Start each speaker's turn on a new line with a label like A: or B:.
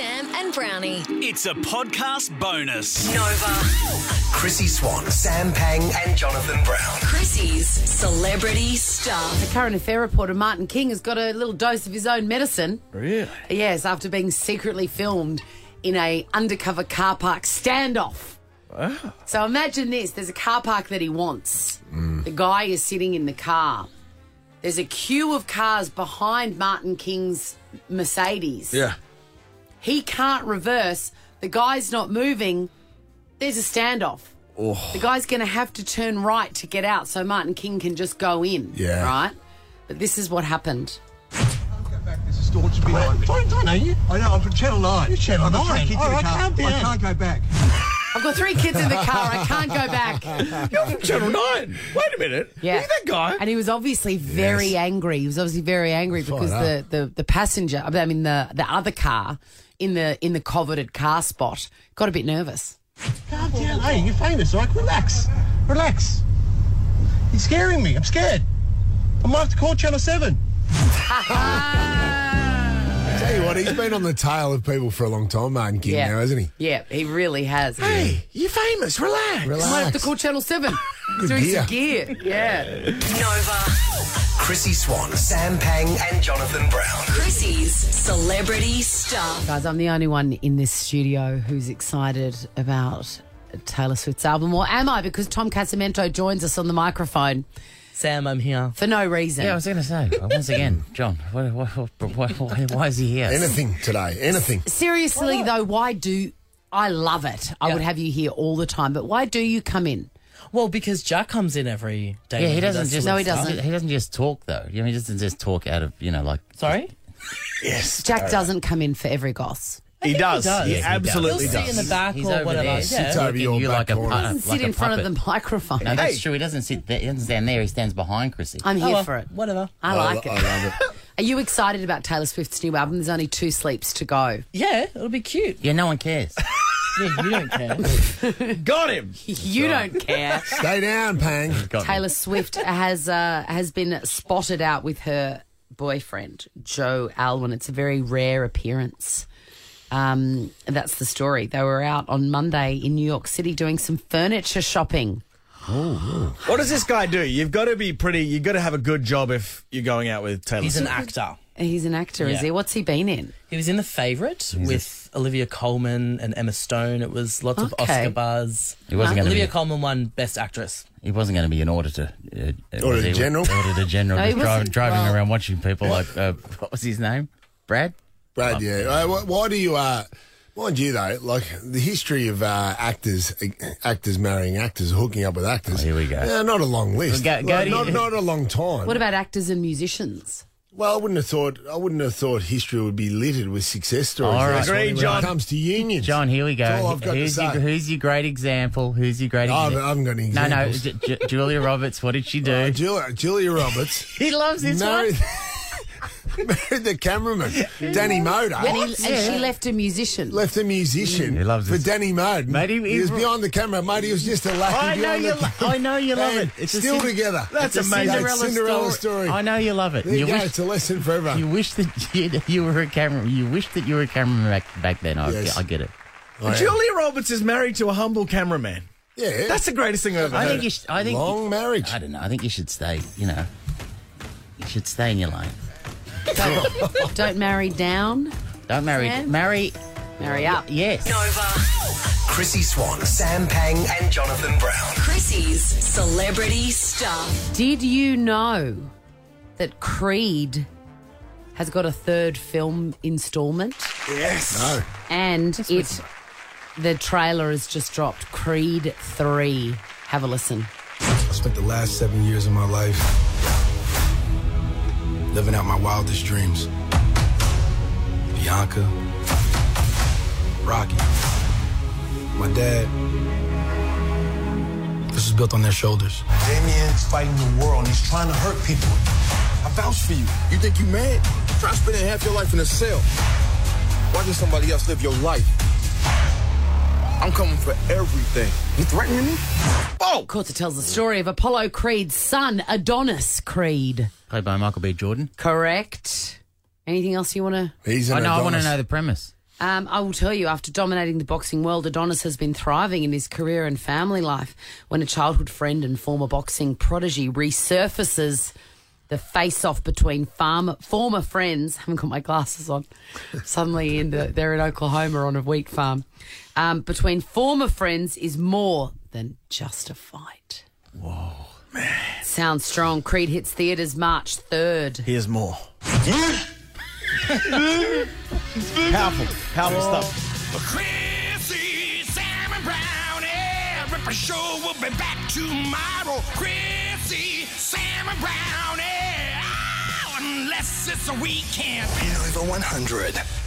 A: and Brownie.
B: It's a podcast bonus.
A: Nova.
C: Chrissy Swan, Sam Pang, and Jonathan Brown.
A: Chrissy's celebrity stuff.
D: Current affair reporter Martin King has got a little dose of his own medicine.
E: Really?
D: Yes, after being secretly filmed in a undercover car park standoff. So imagine this: there's a car park that he wants.
E: Mm.
D: The guy is sitting in the car. There's a queue of cars behind Martin King's Mercedes.
E: Yeah.
D: He can't reverse. The guy's not moving. There's a standoff.
E: Oh.
D: The guy's going to have to turn right to get out so Martin King can just go in.
E: Yeah.
D: Right? But this is what happened.
F: Get back, there's a staunch behind me.
G: I know you.
F: I know, I'm from Channel 9.
G: You're Channel
F: I'm a
G: 9.
F: track into
G: All
F: the
G: right,
F: car.
G: calm
F: I
G: down.
F: can't go back.
D: I've got three kids in the car. I can't go back.
E: You're from Channel 9. Wait a minute. Are you that guy?
D: And he was obviously very angry. He was obviously very angry because the, the, the passenger, I mean, the, the other car in the, in the coveted car spot got a bit nervous.
G: Calm down. Hey, you're famous, all right? Relax. Relax. You're scaring me. I'm scared. I might have to call Channel 7.
H: Tell you what, he's been on the tail of people for a long time, Martin King, now, hasn't he?
D: Yeah, he really has.
E: Hey, you're famous. Relax.
H: Relax.
D: Might have to call Channel 7.
H: Good
D: Through some
H: gear.
D: gear. Yeah.
A: Nova.
C: Chrissy Swan, Sam Pang, and Jonathan Brown.
A: Chrissy's celebrity stuff.
D: Guys, I'm the only one in this studio who's excited about Taylor Swift's album. Or am I? Because Tom Casamento joins us on the microphone
I: Sam, I'm here.
D: for no reason.
I: Yeah, I was going to say,
J: uh,
I: once again, John, why, why, why, why, why is he here?
H: Anything today, anything.
D: Seriously, though, why do I love it? I
I: Yeah.
D: would have you here all the time, but why do you come in?
I: Well, because Jack comes in every day.
J: Yeah,
I: and
J: he doesn't
I: does
J: just
D: No, he doesn't.
J: He doesn't just talk though. You know, he doesn't just talk out of you know like.
I: Sorry?
D: Jack doesn't come in for every goss.
E: He does. He,
I: does. Yes, he
E: absolutely
I: He'll
E: does.
I: sit in the back
J: He's
I: or
J: over
I: whatever.
J: there.
I: Yeah.
H: Sits over
J: Looking
H: your
J: you
H: back
J: like a
H: corner.
D: He
J: punter.
D: doesn't
J: like
D: sit
J: a
D: in front of
J: puppet.
D: the microphone.
J: No,
E: Hey.
J: that's true. He doesn't sit there. He doesn't stand there. He stands behind Chrissy.
D: I'm
I: Oh,
D: here
I: well,
D: for it.
I: Whatever.
D: I like
H: I
D: it.
H: love it.
D: Are you excited about Taylor Swift's new album? There's only two sleeps to go.
I: Yeah, it'll be cute.
J: Oh. yeah, no one cares.
I: Yeah, you don't care.
E: Got him.
D: You don't care.
H: Stay down, Pang.
J: Got me.
D: Taylor Swift has uh, has been spotted out with her boyfriend Joe Alwyn. It's a very rare appearance. Um, that's the story. They were out on Monday in New York City doing some furniture shopping.
E: What does this guy do? You've got to be pretty. You've got to have a good job if you're going out with Taylor.
I: He's an
E: Swift.
I: actor.
D: He's an actor, is
I: Yeah.
D: he? What's he been in?
I: He was in The Favourite with Olivia Colman and Emma Stone. It was lots of
D: Okay.
I: Oscar buzz.
J: He wasn't going to
I: Olivia
J: be.
I: Colman won Best Actress.
J: He wasn't going to be an auditor. Uh, uh, was
H: Auditor
J: he?
H: General.
J: Auditor general.
D: No, he
J: just driving,
D: wasn't-
J: driving
D: well-
J: around watching people like uh, what was his name? Brad.
H: Brad, yeah. Uh, wh- why do you, uh, mind you though, like the history of uh, actors, actors marrying actors, hooking up with actors.
J: Oh, here we go.
H: Yeah, not a long list.
J: Well, go- go
H: Like,
J: to
H: not,
J: your-
H: not a long time.
D: What about actors and musicians?
H: well, I wouldn't have thought. I wouldn't have thought history would be littered with success stories.
J: All right.
H: That's
E: Agreed,
H: when
E: John.
H: It comes to unions,
J: John, here we go.
H: That's all I've got to
J: who's,
H: say. Oh,
J: Your, who's your great example? Who's your great
H: I haven't,
J: example?
H: I haven't got any
J: No, no,
H: examples.
J: Ju- Ju- Julia Roberts. What did she do?
H: Uh, Julia, Julia Roberts
J: he loves this one.
H: married, married the cameraman Danny Moda.
D: And, he, and she left a musician.
H: left a musician
J: He loves
H: for
J: this.
H: Danny Moden.
J: Mate, he-
H: he,
J: he-
H: was behind the camera, mate. He was just a lackey.
J: I know
H: behind
J: you.
H: the-
J: Lo- I know you love
H: And
J: it. It's a
H: still
J: cin-
H: together.
E: That's
J: it's a
E: amazing.
H: That's Cinderella story.
J: I know you love it.
H: There you,
J: You
H: go.
J: wish,
H: it's a lesson for everyone.
J: you wish that you, you were a camera. You wish that you were a cameraman back, back then. I,
H: Yes.
J: I get it.
H: I am.
E: Julia Roberts is married to a humble cameraman.
H: Oh, Yeah.
E: That's the greatest thing I've ever
J: I
E: heard.
J: think you. Should, I think
H: long marriage.
J: I don't know. I think you should stay. You know, you should stay in your lane.
D: Don't, don't marry down,
J: Don't marry.
D: Sam?
J: Marry.
D: marry up.
J: Yes.
C: Chrissy Swan, Sam Pang, and Jonathan Brown.
A: Chrissy's celebrity stuff.
D: Did you know that Creed has got a third film installment?
E: yes.
H: No.
D: And it, the trailer has just dropped. Creed 3. Have a listen.
F: I spent the last seven years of my life living out my wildest dreams. Bianca, Rocky, my dad. This is built on their shoulders.
G: Damien's fighting the world and he's trying to hurt people.
F: I vouch for you. You think you mad? Try spending half your life in a cell. Watching somebody else live your life. I'm coming for everything. You threatening me?
E: Oh,
D: Of course, it tells the story of Apollo Creed's son, Adonis Creed.
J: Played by Michael B. Jordan.
D: Correct. Anything else you want to?
H: He's an
J: I know. I want to
H: Adonis.
J: know the premise.
D: Um, I will tell you, after dominating the boxing world, Adonis has been thriving in his career and family life when a childhood friend and former boxing prodigy resurfaces the face off between farm, former friends. I haven't got my glasses on. Suddenly, in the, they're in Oklahoma on a wheat farm. Um, between former friends is more than just a fight. Whoa. Man. Sounds strong. Creed hits theatres March 3rd.
E: Here's more. powerful, powerful stuff.
K: Chrissy, Sam, and Brownie. Ripper Show will be back tomorrow. Chrissy, Sam, and Brownie. Oh, unless it's a weekend.
C: Nova 100.